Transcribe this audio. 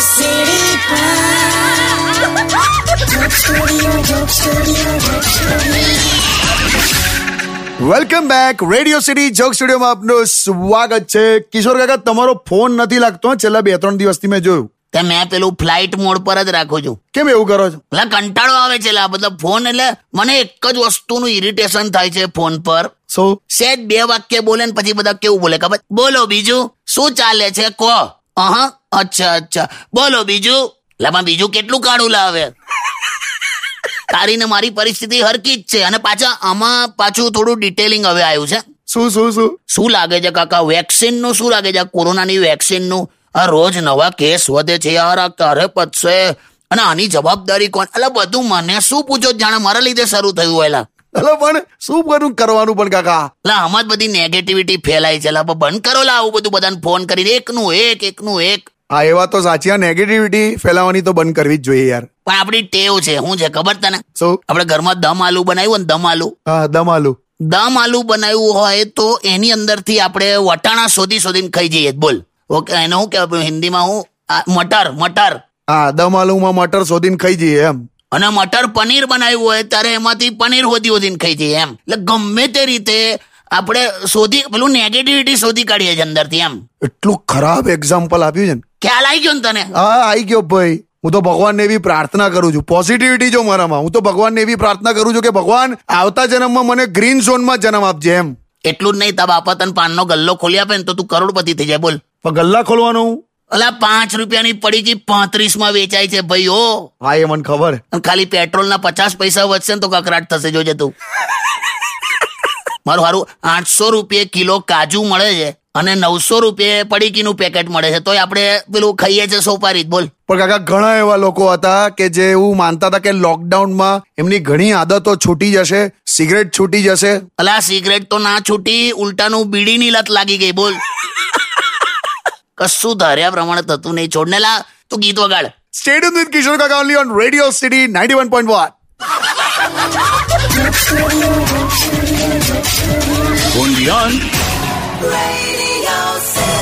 સીડી welcome back radio city joke સ્ટુડિયોમાં આપનું સ્વાગત છે કિશોર કાકા તમારો ફોન નથી લાગતો છેલ્લા બે ત્રણ દિવસથી મેં જોયું તે મેં પેલું ફ્લાઇટ મોડ પર જ રાખું છું કેમ એવું કરો છો એટલે કંટાળો આવે છે એટલે આ બધા ફોન એટલે મને એક જ વસ્તુનું ઇરિટેશન થાય છે ફોન પર સો સેજ બે વાક્ય બોલે ને પછી બધા કેવું બોલે ખબર બોલો બીજું શું ચાલે છે કહો અહં અચ્છા અચ્છા બોલો બીજું લામાં બીજું કેટલું કાઢું લાવે તારી ને મારી પરિસ્થિતિ હરકી જ છે અને પાછા આમાં પાછું થોડું ડિટેલિંગ હવે આવ્યું છે શું શું શું શું લાગે છે કાકા વેક્સિનનું શું લાગે છે આ કોરોનાની વેક્સિનનું આ રોજ નવા કેસ વધે છે યાર આ ક્યારે પતશે અને આની જવાબદારી કોણ એટલે બધું મને શું પૂછો છો? જાણે મારા લીધે શરૂ થયું હોય એલા અલા પણ શું બધું કરવાનું પણ કાકા એટલે આમાં જ બધી નેગેટિવિટી ફેલાય છે એલા, પણ બંધ કરો લા આવું બધું બધાને ફોન કરીને એકનું એક એકનું એક હા એ વાત તો સાચી આ નેગેટિવિટી ફેલાવાની તો બંધ કરવી જ જોઈએ યાર પણ આપણી ટેવ છે શું છે ખબર તને સો આપણે ઘરમાં દમ આલુ બનાવ્યું ને દમ આલુ હા દમાલુ દમ આલુ બનાવ્યું હોય તો એની અંદરથી આપણે વટાણા શોધી શોધીને ખાઈ જઈએ બોલ ઓકે એને હું કહેવાય હિન્દીમાં હું આ, મટર મટર હા દમાલુમાં મટર શોધીને ખાઈ જઈએ એમ અને મટર પનીર બનાવ્યું હોય ત્યારે એમાંથી પનીર હોધી હોધીને ખાઈ જઈએ એમ એટલે ગમે તે રીતે આપણે શોધી પેલું નેગેટિવિટી શોધી કાઢીએ છીએ અંદરથી એમ એટલું ખરાબ એક્ઝામ્પલ આપ્યું છે ને ખ્યાલ આવી ગયો ને તને હા આવી ગયો ભાઈ હું તો ભગવાનને એવી પ્રાર્થના કરું છું પોઝિટિવિટી જો મારામાં હું તો ભગવાનને એવી પ્રાર્થના કરું છું કે ભગવાન આવતા જન્મમાં મને ગ્રીન ઝોનમાં જન્મ આપજે એમ એટલું જ નહીં તારા બાપા તને પાનનો ગલ્લો ખોલી આપે ને તો તું કરોડપતિ થઈ જાય બોલ પણ ગલ્લા ખોલવાનો હું અલા પાંચ રૂપિયાની પડીકી પાંત્રીસ માં વેચાય છે ભાઈ ઓ હા એ મને ખબર અને ખાલી પેટ્રોલના પચાસ પૈસા વધશે ને તો કકરાટ થશે જોજે તું મારું હારું આઠસો રૂપિયે કિલો કાજુ મળે છે અને નવસો રૂપિયે પડીકીનું પેકેટ મળે છે તોય આપણે પેલું ખાઈએ છે સોપારી જ, બોલ પણ કાકા ઘણા એવા લોકો હતા કે જે એવું માનતા હતા કે લોકડાઉનમાં એમની ઘણી આદતો છૂટી જશે સિગરેટ છૂટી જશે અલા સિગરેટ તો ના છૂટી ઉલટાનું બીડીની લત લાગી ગઈ બોલ કશું ધાર્યા પ્રમાણે થતું નહીં છોડને લા તું ગીત વગાડ સ્ટેડિયમ વિથ કિશોર કાકા only on radio city ninety one point one Radio City.